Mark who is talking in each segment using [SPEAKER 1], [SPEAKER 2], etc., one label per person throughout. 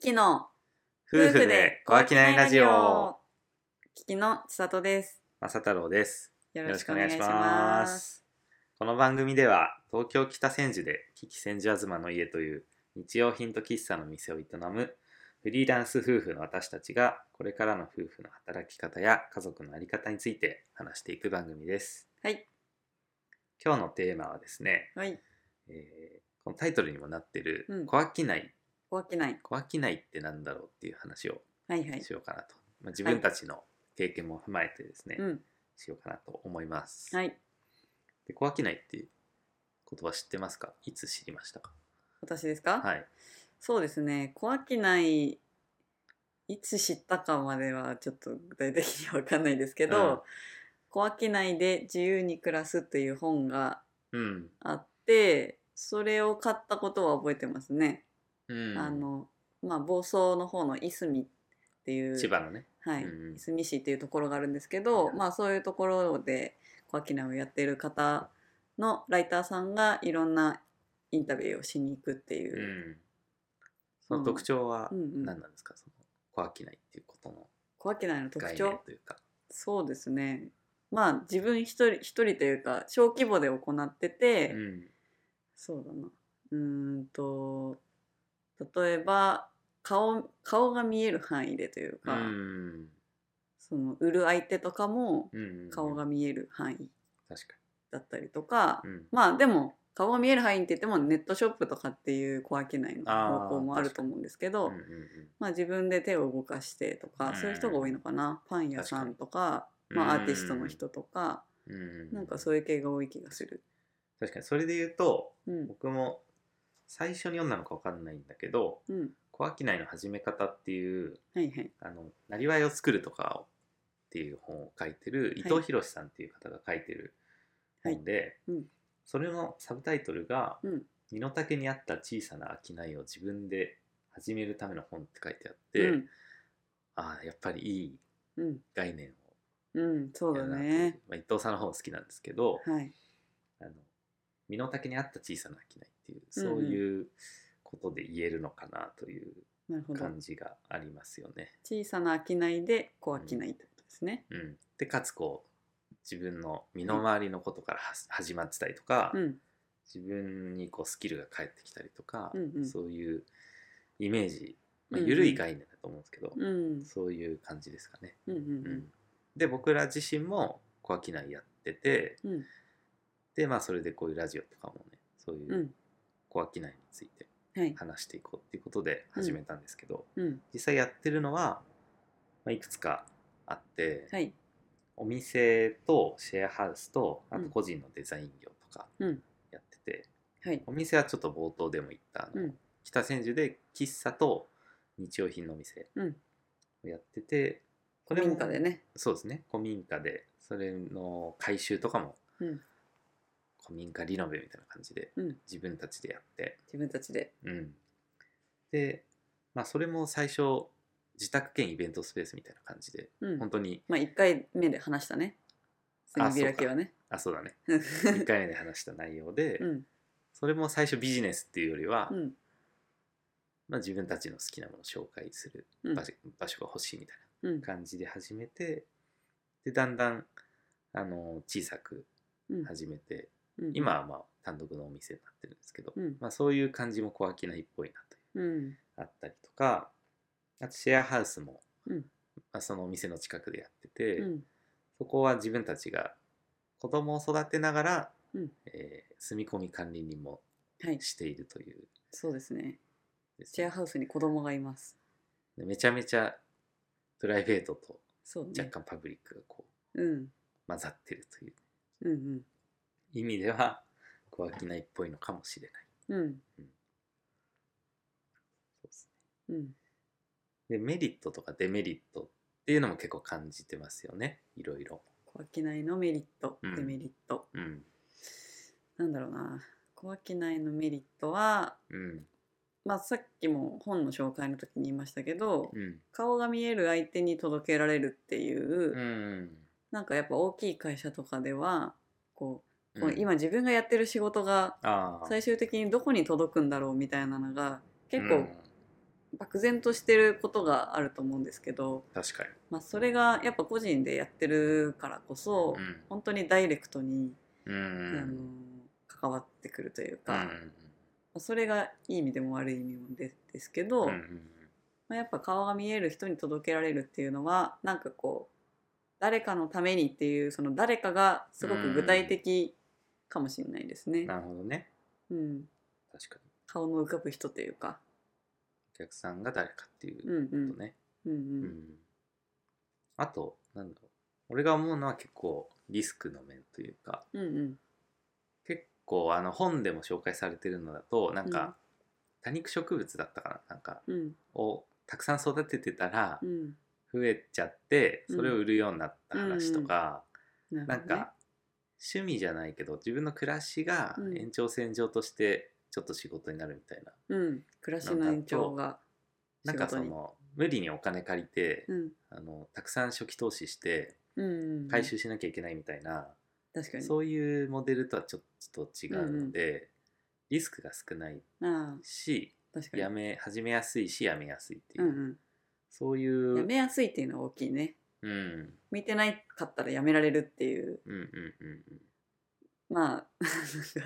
[SPEAKER 1] きの
[SPEAKER 2] 夫婦で小飽きないラジオ。
[SPEAKER 1] 聞きの千里です。
[SPEAKER 2] まさ太郎です
[SPEAKER 1] よ
[SPEAKER 2] よ
[SPEAKER 1] ろ
[SPEAKER 2] ろ
[SPEAKER 1] し
[SPEAKER 2] し
[SPEAKER 1] く
[SPEAKER 2] く
[SPEAKER 1] お
[SPEAKER 2] お
[SPEAKER 1] 願
[SPEAKER 2] 願
[SPEAKER 1] い
[SPEAKER 2] い
[SPEAKER 1] し
[SPEAKER 2] し
[SPEAKER 1] ま
[SPEAKER 2] ますす。この番組では東京北千住でキキ千住東の家という日用品と喫茶の店を営むフリーランス夫婦の私たちがこれからの夫婦の働き方や家族の在り方について話していく番組です
[SPEAKER 1] はい
[SPEAKER 2] 今日のテーマはですね、
[SPEAKER 1] はい。
[SPEAKER 2] えーこのタイトルにもなってる
[SPEAKER 1] うん
[SPEAKER 2] 「小飽きない」
[SPEAKER 1] 小飽きない。
[SPEAKER 2] 小飽きないってなんだろうっていう話を
[SPEAKER 1] はいはい
[SPEAKER 2] し。ようかなと、まあ、自分たちの経験も踏まえてですね、
[SPEAKER 1] うん。
[SPEAKER 2] しようかなと思います、
[SPEAKER 1] はい。
[SPEAKER 2] で小飽きないっていう言葉知ってますかいつ知りましたか
[SPEAKER 1] 私ですか、
[SPEAKER 2] はい
[SPEAKER 1] そうですね。小飽きない、いつ知ったかまではちょっと具体的にはわかんないですけど、
[SPEAKER 2] うん
[SPEAKER 1] 小飽きないで自由に暮らすという本が
[SPEAKER 2] うん、
[SPEAKER 1] あって、それを買ったことは覚えてますね。
[SPEAKER 2] うん、
[SPEAKER 1] あの、まあ、房総の方のいすみっていう。
[SPEAKER 2] 千葉のね
[SPEAKER 1] はい、
[SPEAKER 2] うん
[SPEAKER 1] いすみ市っていうところがあるんですけど、
[SPEAKER 2] うん
[SPEAKER 1] まあそういうところで小商いをやってる方のライターさんがいろんなインタビューをしに行くっていうう、
[SPEAKER 2] んその特徴は
[SPEAKER 1] うんうん
[SPEAKER 2] 何なんですか、その小飽きないっていうことの
[SPEAKER 1] 小商いの特
[SPEAKER 2] 概
[SPEAKER 1] 徴
[SPEAKER 2] 念というか
[SPEAKER 1] そうですねまあ自分一人一人というか小規模で行ってて、
[SPEAKER 2] うん
[SPEAKER 1] そうだなうーんと例えば顔顔が見える範囲でという
[SPEAKER 2] う
[SPEAKER 1] か、
[SPEAKER 2] ん
[SPEAKER 1] その売る相手とかも
[SPEAKER 2] うん
[SPEAKER 1] 顔が見える範囲
[SPEAKER 2] 確か
[SPEAKER 1] だったりとか、
[SPEAKER 2] に、うん、
[SPEAKER 1] まあでも顔が見える範囲って言ってもネットショップとかっていう小商いの方向もあると思うんですけど、
[SPEAKER 2] うんうんうん
[SPEAKER 1] まあ自分で手を動かしてとか、
[SPEAKER 2] うん
[SPEAKER 1] そういう人が多いのかなパン屋さんとか
[SPEAKER 2] 確かに
[SPEAKER 1] まあ、ア
[SPEAKER 2] うん
[SPEAKER 1] ーティストの人とか、
[SPEAKER 2] うん
[SPEAKER 1] なんかそういう系が多い気がする。
[SPEAKER 2] 確かにそれで言うと
[SPEAKER 1] うん
[SPEAKER 2] 僕も最初に読んだのかわかんないんだけど
[SPEAKER 1] うん、
[SPEAKER 2] 小商いの始め方っていう
[SPEAKER 1] はいはい。
[SPEAKER 2] あのなりわいを作るとかをっていう本を書いてる伊藤博さんっていう方が書いてる本で、
[SPEAKER 1] はいうん
[SPEAKER 2] それのサブタイトルが
[SPEAKER 1] うん
[SPEAKER 2] 身の丈に合った小さな商いを自分で始めるための本って書いてあって、
[SPEAKER 1] うん
[SPEAKER 2] ああやっぱりいい
[SPEAKER 1] うん
[SPEAKER 2] 概念
[SPEAKER 1] うん、そ
[SPEAKER 2] を
[SPEAKER 1] うだ
[SPEAKER 2] やるなっていう
[SPEAKER 1] ね。
[SPEAKER 2] まあ、伊藤さんの本好きなんですけど、
[SPEAKER 1] はい。
[SPEAKER 2] あの身の丈に合った小さな商いっていうそういうことで言えるのかなという
[SPEAKER 1] なるほど。
[SPEAKER 2] 感じがありますよね。
[SPEAKER 1] 小さな商いで小商いってことですね。
[SPEAKER 2] うん、でかつこう自分の身の回りのことからは始まってたりとか、
[SPEAKER 1] うん、
[SPEAKER 2] 自分にこうスキルが返ってきたりとか、
[SPEAKER 1] うんうん
[SPEAKER 2] そういうイメージ、まあ、
[SPEAKER 1] うんうん
[SPEAKER 2] 緩い概念だと思うんですけど、
[SPEAKER 1] うん、うん、
[SPEAKER 2] そういう感じですかね。
[SPEAKER 1] うん、
[SPEAKER 2] うんで僕ら自身も小商いやってて
[SPEAKER 1] うん、うん、、
[SPEAKER 2] でまあそれでこういうラジオとかもねそういううん小商いについて
[SPEAKER 1] はい、
[SPEAKER 2] 話していこうっていうことで始めたんですけど、
[SPEAKER 1] うん、
[SPEAKER 2] 実際やってるのは、まあ、いくつかあって。
[SPEAKER 1] はい、
[SPEAKER 2] お店とシェアハウスとあ
[SPEAKER 1] う
[SPEAKER 2] と
[SPEAKER 1] ん
[SPEAKER 2] 個人のデザイン業とか
[SPEAKER 1] うん
[SPEAKER 2] やってて、
[SPEAKER 1] はい、
[SPEAKER 2] お店はちょっと冒頭でも言ったあの、
[SPEAKER 1] うん
[SPEAKER 2] 北千住で喫茶と日用品のお店
[SPEAKER 1] うん、
[SPEAKER 2] をやっててこ
[SPEAKER 1] 古民家でね。
[SPEAKER 2] そうですね古民家でそれの改修とかも、
[SPEAKER 1] うん
[SPEAKER 2] 古民家リノベみたいな感じで、
[SPEAKER 1] うん
[SPEAKER 2] 自分たちでやって、
[SPEAKER 1] 自分たちで。
[SPEAKER 2] うん、で、まあ、それも最初自宅兼イベントスペースみたいな感じで、
[SPEAKER 1] うん、
[SPEAKER 2] 本当に
[SPEAKER 1] まあ1回目で話したね。
[SPEAKER 2] あ
[SPEAKER 1] 炭開きはね。
[SPEAKER 2] あそ うだね
[SPEAKER 1] う
[SPEAKER 2] 1回目で話した内容で、
[SPEAKER 1] ん、
[SPEAKER 2] それも最初ビジネスっていうよりは、
[SPEAKER 1] うん、
[SPEAKER 2] まあ、自分たちの好きなものを紹介する
[SPEAKER 1] うん
[SPEAKER 2] 場所,、場所が欲しいみたい
[SPEAKER 1] うん
[SPEAKER 2] な、感じで始めてでだんだんあの小さく
[SPEAKER 1] うん、
[SPEAKER 2] 始めて、
[SPEAKER 1] うん、
[SPEAKER 2] 今はまあ単独のお店になってるんですけど、
[SPEAKER 1] うん、
[SPEAKER 2] まあ、そういう感じも小商いっぽいなという
[SPEAKER 1] うん、
[SPEAKER 2] あったりとかあとシェアハウスも、
[SPEAKER 1] うん
[SPEAKER 2] まあ、そのお店の近くでやってて、
[SPEAKER 1] うん、
[SPEAKER 2] そこは自分たちが子供を育てながら、
[SPEAKER 1] うん
[SPEAKER 2] えー住み込み管理人も
[SPEAKER 1] はい、
[SPEAKER 2] しているという
[SPEAKER 1] そうですね。
[SPEAKER 2] です
[SPEAKER 1] シェ
[SPEAKER 2] ね
[SPEAKER 1] アハウスに子供がいます。
[SPEAKER 2] でめちゃめちゃプライベートと
[SPEAKER 1] そうね。
[SPEAKER 2] 若干パブリックがこう
[SPEAKER 1] うん、
[SPEAKER 2] 混ざってるという
[SPEAKER 1] うん、
[SPEAKER 2] 意味では小商いっぽいのかもしれない。
[SPEAKER 1] うん、うん、
[SPEAKER 2] そうです
[SPEAKER 1] うん、
[SPEAKER 2] ね、でメリットとかデメリットっていうのも結構感じてますよねいろいろ。
[SPEAKER 1] 小商いのメリット、
[SPEAKER 2] うん
[SPEAKER 1] デメリット。
[SPEAKER 2] うん
[SPEAKER 1] なんだろうな。小商いのメリットは、
[SPEAKER 2] うん
[SPEAKER 1] まあさっきも本の紹介の時に言いましたけど、
[SPEAKER 2] うん
[SPEAKER 1] 顔が見える相手に届けられるっていう、
[SPEAKER 2] うん
[SPEAKER 1] なんかやっぱ大きい会社とかでは、こう、こ
[SPEAKER 2] う
[SPEAKER 1] うん今自分がやってる仕事が
[SPEAKER 2] あー
[SPEAKER 1] 最終的にどこに届くんだろうみたいなのが結
[SPEAKER 2] う
[SPEAKER 1] 構
[SPEAKER 2] ん
[SPEAKER 1] 漠然としてることがあると思うんですけど、
[SPEAKER 2] 確かに。
[SPEAKER 1] まあ、それがやっぱ個人でやってるからこそ、
[SPEAKER 2] うん
[SPEAKER 1] 本当にダイレクトに、
[SPEAKER 2] うんうん
[SPEAKER 1] あの関わってくるという
[SPEAKER 2] う
[SPEAKER 1] か、ま
[SPEAKER 2] ん
[SPEAKER 1] あそれがいい意味でも悪い意味もでですけど、
[SPEAKER 2] うんうん
[SPEAKER 1] まあ、やっぱ顔が見える人に届けられるっていうのはなんかこう誰かのためにっていうその誰かがすごく具体的かもしれないですね。
[SPEAKER 2] なるほどね。
[SPEAKER 1] うん、
[SPEAKER 2] 確かに。
[SPEAKER 1] 顔の浮かぶ人というか。
[SPEAKER 2] お客さんが誰かっていうう
[SPEAKER 1] う
[SPEAKER 2] んこと
[SPEAKER 1] ん
[SPEAKER 2] ね。
[SPEAKER 1] うんうん
[SPEAKER 2] うんあと、なんだろう。俺が思うのは結構リスクの面というか、
[SPEAKER 1] うんうん
[SPEAKER 2] 結構あの本でも紹介されてるのだと、なん
[SPEAKER 1] うん
[SPEAKER 2] か多肉植物だったかな、なんか
[SPEAKER 1] うん
[SPEAKER 2] をたくさん育ててたら
[SPEAKER 1] うん
[SPEAKER 2] 増えちゃって、
[SPEAKER 1] うん
[SPEAKER 2] それを売るようになった話とか、
[SPEAKER 1] な
[SPEAKER 2] な
[SPEAKER 1] る
[SPEAKER 2] ん
[SPEAKER 1] ほどね
[SPEAKER 2] か趣味じゃないけど自分の暮らしが
[SPEAKER 1] うん
[SPEAKER 2] 延長線上としてちょっと仕事になるみたいな、
[SPEAKER 1] うん、暮らしの延長が
[SPEAKER 2] なんかそ
[SPEAKER 1] 仕事に
[SPEAKER 2] の無理にお金借りて、
[SPEAKER 1] うん
[SPEAKER 2] あのたくさん初期投資して
[SPEAKER 1] うんうん、
[SPEAKER 2] 回収しなきゃいけないみたいな、
[SPEAKER 1] 確かに
[SPEAKER 2] そういうモデルとはちょっと違うので、リスクが少ない
[SPEAKER 1] あ
[SPEAKER 2] し
[SPEAKER 1] あ確かに
[SPEAKER 2] やめ始めやすいしやめやすいっていうう、
[SPEAKER 1] ん
[SPEAKER 2] そうい
[SPEAKER 1] うん、や
[SPEAKER 2] う
[SPEAKER 1] めやすいっていうのは大きいね
[SPEAKER 2] うんうん
[SPEAKER 1] 向いてないかったらやめられるっていう
[SPEAKER 2] うんうん
[SPEAKER 1] まあ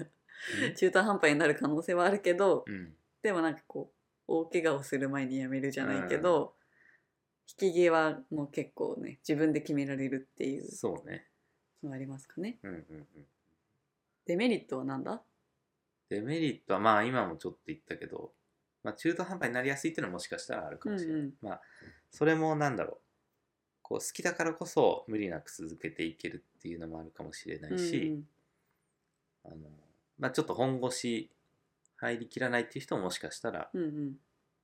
[SPEAKER 1] 中途半端になる可能性はあるけど、
[SPEAKER 2] うんうん
[SPEAKER 1] でもなんかこう大怪我をする前にやめるじゃないけど、引き際も結構ね自分で決められるっていう
[SPEAKER 2] そうね
[SPEAKER 1] のがありますかね
[SPEAKER 2] うんうんうん
[SPEAKER 1] デメリットはなんだ
[SPEAKER 2] デメリットはまあ今もちょっと言ったけど、まあ、中途半端になりやすいっていうのはもしかしたらあるかもしれない、
[SPEAKER 1] うんうん
[SPEAKER 2] まあそれもなんだろうこう好きだからこそ無理なく続けていけるっていうのもあるかもしれないし、あのまあ、ちょっと本腰入りきらないっていう人ももしかしたら
[SPEAKER 1] うんうんうん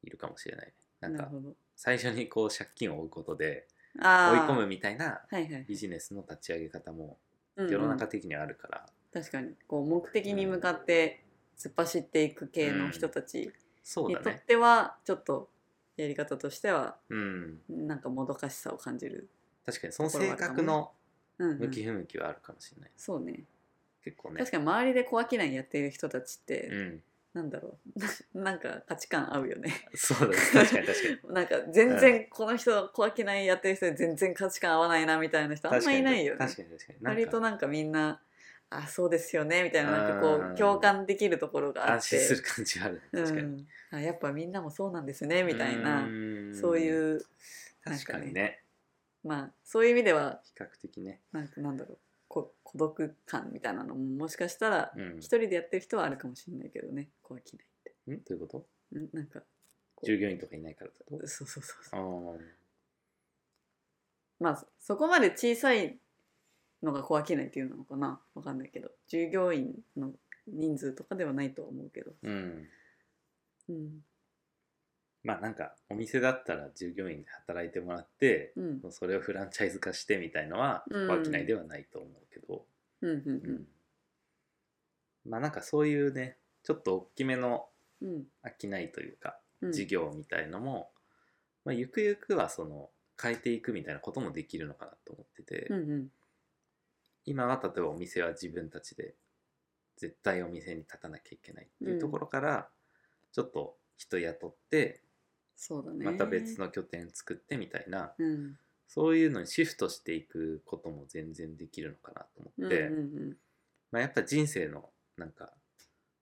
[SPEAKER 2] いるかもしれないね
[SPEAKER 1] う
[SPEAKER 2] なんん
[SPEAKER 1] なる
[SPEAKER 2] か
[SPEAKER 1] ほど
[SPEAKER 2] 最初にこう借金を負うことで追い
[SPEAKER 1] ああ
[SPEAKER 2] 込むみたいな
[SPEAKER 1] はいはい
[SPEAKER 2] ビジネスの立ち上げ方も
[SPEAKER 1] うんうん
[SPEAKER 2] 世の中的にはあるから、
[SPEAKER 1] 確かにこう目的に向かって突っ走っていく系の人たち
[SPEAKER 2] そう
[SPEAKER 1] に
[SPEAKER 2] だ
[SPEAKER 1] とっ
[SPEAKER 2] ね
[SPEAKER 1] てはちょっとやり方としては
[SPEAKER 2] うん
[SPEAKER 1] なんかもどかしさを感じる、
[SPEAKER 2] 確かにその
[SPEAKER 1] ところは
[SPEAKER 2] 性
[SPEAKER 1] あるかもね
[SPEAKER 2] 格の
[SPEAKER 1] うんうん
[SPEAKER 2] 向き不向きはあるかもしれない
[SPEAKER 1] そうね
[SPEAKER 2] 結構ね
[SPEAKER 1] 確かに周りで小商いやってる人たちって、
[SPEAKER 2] うん、
[SPEAKER 1] なんだろう ななんか価値観合うよね
[SPEAKER 2] そうだね確かに確かに
[SPEAKER 1] なんか全然この人小商いやってる人で全然価値観合わないなみたいな 人あん
[SPEAKER 2] 確
[SPEAKER 1] ま
[SPEAKER 2] かに
[SPEAKER 1] いないよね
[SPEAKER 2] 確かに確かになんか
[SPEAKER 1] 割となんかみんなあそうですよねみたいななんかこ
[SPEAKER 2] うん
[SPEAKER 1] う共感できるところがあっ
[SPEAKER 2] 安
[SPEAKER 1] て
[SPEAKER 2] 心する感じはある確かに、
[SPEAKER 1] うん、あやっぱみんなもそうなんですねみたいな
[SPEAKER 2] ーん
[SPEAKER 1] そういうなん
[SPEAKER 2] 確
[SPEAKER 1] かね
[SPEAKER 2] かにね
[SPEAKER 1] まあそういう意味では
[SPEAKER 2] 比較的ね、
[SPEAKER 1] なんかなんだろうこ孤独感みたいなのももしかしたら
[SPEAKER 2] うん、
[SPEAKER 1] 一人でやってる人はあるかもしれないけどね怖きないっ
[SPEAKER 2] んどういうこ
[SPEAKER 1] て
[SPEAKER 2] と
[SPEAKER 1] んなんかこう
[SPEAKER 2] 従業員とかいないからってこと
[SPEAKER 1] そうそうそう
[SPEAKER 2] あ
[SPEAKER 1] そう
[SPEAKER 2] ー
[SPEAKER 1] まあそそこまで小さいのが怖きないっていうのかなわかんないけど従業員の人数とかではないとは思うけど、
[SPEAKER 2] うん
[SPEAKER 1] うん
[SPEAKER 2] まあなんかお店だったら従業員で働いてもらって
[SPEAKER 1] うん、うん
[SPEAKER 2] それをフランチャイズ化してみたいのは
[SPEAKER 1] うん
[SPEAKER 2] 飽きないではないと思うけど、
[SPEAKER 1] うん
[SPEAKER 2] うんまあなんかそういうねちょっと大きめの
[SPEAKER 1] うんうん
[SPEAKER 2] 飽きないというか
[SPEAKER 1] うん
[SPEAKER 2] 事業みたいのも、まあ、ゆくゆくはその変えていくみたいなこともできるのかなと思ってて、
[SPEAKER 1] うんうん
[SPEAKER 2] 今は例えばお店は自分たちで絶対お店に立たなきゃいけないっていうところからちょっと人雇って
[SPEAKER 1] そうだね
[SPEAKER 2] また別の拠点作ってみたいな、
[SPEAKER 1] うん
[SPEAKER 2] そういうのにシフトしていくことも全然できるのかなと
[SPEAKER 1] う
[SPEAKER 2] 思
[SPEAKER 1] ん
[SPEAKER 2] っ
[SPEAKER 1] うん
[SPEAKER 2] て、まあ、やっぱ人生のなんか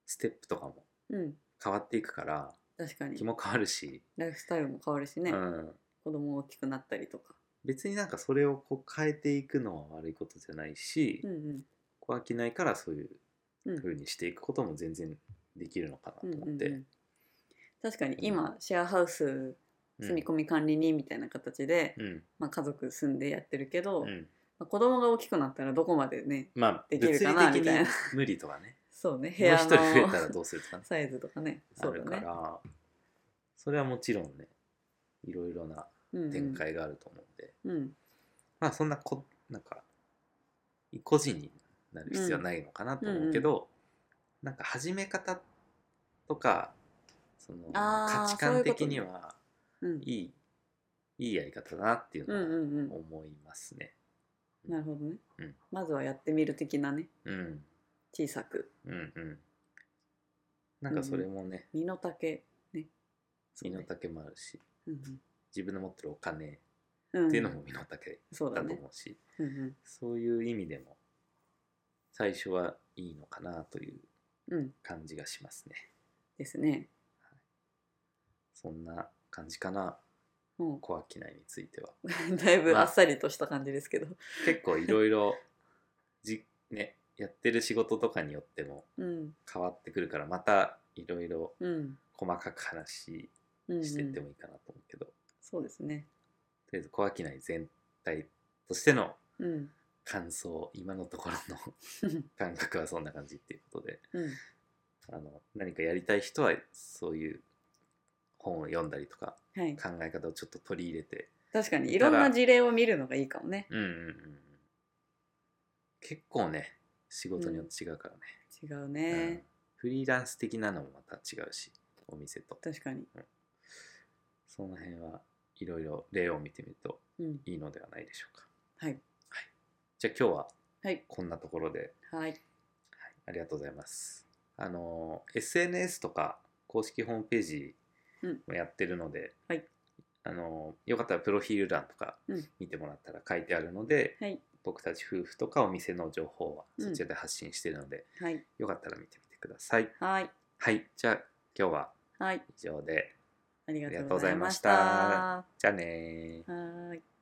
[SPEAKER 2] ステップとかも
[SPEAKER 1] うんうん
[SPEAKER 2] 変わっていくから
[SPEAKER 1] 確かに
[SPEAKER 2] 気も変わるし、
[SPEAKER 1] ライフスタイルも変わるしね、
[SPEAKER 2] うん、
[SPEAKER 1] 子供大きくなったりとか。
[SPEAKER 2] 別になんかそれをこう変えていくのは悪いことじゃないし、
[SPEAKER 1] うんうん
[SPEAKER 2] こう飽きないからそういう
[SPEAKER 1] うん
[SPEAKER 2] 風にしていくことも全然できるのかなと
[SPEAKER 1] うんう
[SPEAKER 2] 思っ
[SPEAKER 1] ん
[SPEAKER 2] て、
[SPEAKER 1] うん確かに
[SPEAKER 2] うん
[SPEAKER 1] 今、シェアハウス住み込み管理人みたいな形で、
[SPEAKER 2] うん
[SPEAKER 1] まあ、家族住んでやってるけど、
[SPEAKER 2] う
[SPEAKER 1] ま
[SPEAKER 2] ん、
[SPEAKER 1] あ、子供が大きくなったらどこまでね
[SPEAKER 2] まあ
[SPEAKER 1] できるかな
[SPEAKER 2] 物理的に
[SPEAKER 1] みたいな
[SPEAKER 2] 無理とかね
[SPEAKER 1] そうね部
[SPEAKER 2] もう
[SPEAKER 1] 屋
[SPEAKER 2] 一人増えたら
[SPEAKER 1] の
[SPEAKER 2] どうするとか、ね、
[SPEAKER 1] サイズとかね
[SPEAKER 2] あ
[SPEAKER 1] そう
[SPEAKER 2] るか
[SPEAKER 1] だね、
[SPEAKER 2] らそれはもちろんねいろいろな
[SPEAKER 1] うんうん、
[SPEAKER 2] 展開があると思うんで、
[SPEAKER 1] うん
[SPEAKER 2] まあそんなこなんか個人になる必要はないのかなと思うけど、なんか始め方とかその
[SPEAKER 1] あー
[SPEAKER 2] 価値観的に
[SPEAKER 1] そう
[SPEAKER 2] は
[SPEAKER 1] うん
[SPEAKER 2] いいいいやり方だなっていう
[SPEAKER 1] うん
[SPEAKER 2] のは
[SPEAKER 1] うんう
[SPEAKER 2] 思いますね。
[SPEAKER 1] んなるほどね、
[SPEAKER 2] うん
[SPEAKER 1] まずはやってみる的なね
[SPEAKER 2] うん
[SPEAKER 1] 小さく
[SPEAKER 2] うんうん。なんかそれもね、
[SPEAKER 1] 身の丈ねそう
[SPEAKER 2] 身の
[SPEAKER 1] ね
[SPEAKER 2] 丈もあるし
[SPEAKER 1] うん
[SPEAKER 2] 自分の持ってるお金
[SPEAKER 1] うん
[SPEAKER 2] っていうのも身の丈
[SPEAKER 1] そうだ
[SPEAKER 2] だと
[SPEAKER 1] ね、
[SPEAKER 2] 思うし、
[SPEAKER 1] うんうん
[SPEAKER 2] そういう意味でも最初はいいのかなという
[SPEAKER 1] うん、
[SPEAKER 2] 感じがしますね
[SPEAKER 1] ですね
[SPEAKER 2] そんな感じかな
[SPEAKER 1] も
[SPEAKER 2] 小商いについては
[SPEAKER 1] うだいぶあっさりとした感じですけど、
[SPEAKER 2] 結構いろいろ じ、ね、やってる仕事とかによっても
[SPEAKER 1] うん
[SPEAKER 2] 変わってくるからまたいろいろ
[SPEAKER 1] うん
[SPEAKER 2] 細かく話
[SPEAKER 1] うんうん
[SPEAKER 2] していってもいいかなと思うけど、
[SPEAKER 1] そうですね
[SPEAKER 2] とりあえず小商い全体としての
[SPEAKER 1] うん
[SPEAKER 2] 感想今のところの
[SPEAKER 1] うん
[SPEAKER 2] 感覚はそんな感じっていうことで
[SPEAKER 1] うん
[SPEAKER 2] あの何かやりたい人はそういう本を読んだりとか
[SPEAKER 1] はい
[SPEAKER 2] 考え方をちょっと取り入れて
[SPEAKER 1] 確かにいろんな事例を見るのがいいかもね
[SPEAKER 2] うんうんうんうん結構ね仕事によって違うからね、
[SPEAKER 1] 違う
[SPEAKER 2] う
[SPEAKER 1] ね
[SPEAKER 2] ん、フリーランス的なのもまた違うしお店と
[SPEAKER 1] 確かに
[SPEAKER 2] その辺はいろいろ例を見てみると
[SPEAKER 1] うん
[SPEAKER 2] いいのではないでしょうか
[SPEAKER 1] はい
[SPEAKER 2] じゃあ今日は
[SPEAKER 1] はい
[SPEAKER 2] こんなところで
[SPEAKER 1] はい
[SPEAKER 2] はいありがとうございます。あの SNS とか公式ホームページもやってるので、
[SPEAKER 1] うんはい
[SPEAKER 2] あのよかったらプロフィール欄とか
[SPEAKER 1] うん
[SPEAKER 2] 見てもらったら書いてあるので、
[SPEAKER 1] はい
[SPEAKER 2] 僕たち夫婦とかお店の情報は
[SPEAKER 1] うん
[SPEAKER 2] そちらで発信してるので、
[SPEAKER 1] はい
[SPEAKER 2] よかったら見てみてください。
[SPEAKER 1] はい
[SPEAKER 2] はい、じゃあ今日は
[SPEAKER 1] はい
[SPEAKER 2] 以上で、
[SPEAKER 1] ありが
[SPEAKER 2] ありが
[SPEAKER 1] と
[SPEAKER 2] と
[SPEAKER 1] うご
[SPEAKER 2] うご
[SPEAKER 1] ざ
[SPEAKER 2] ざ
[SPEAKER 1] い
[SPEAKER 2] い
[SPEAKER 1] ま
[SPEAKER 2] ま
[SPEAKER 1] し
[SPEAKER 2] したたじゃあねー
[SPEAKER 1] はーい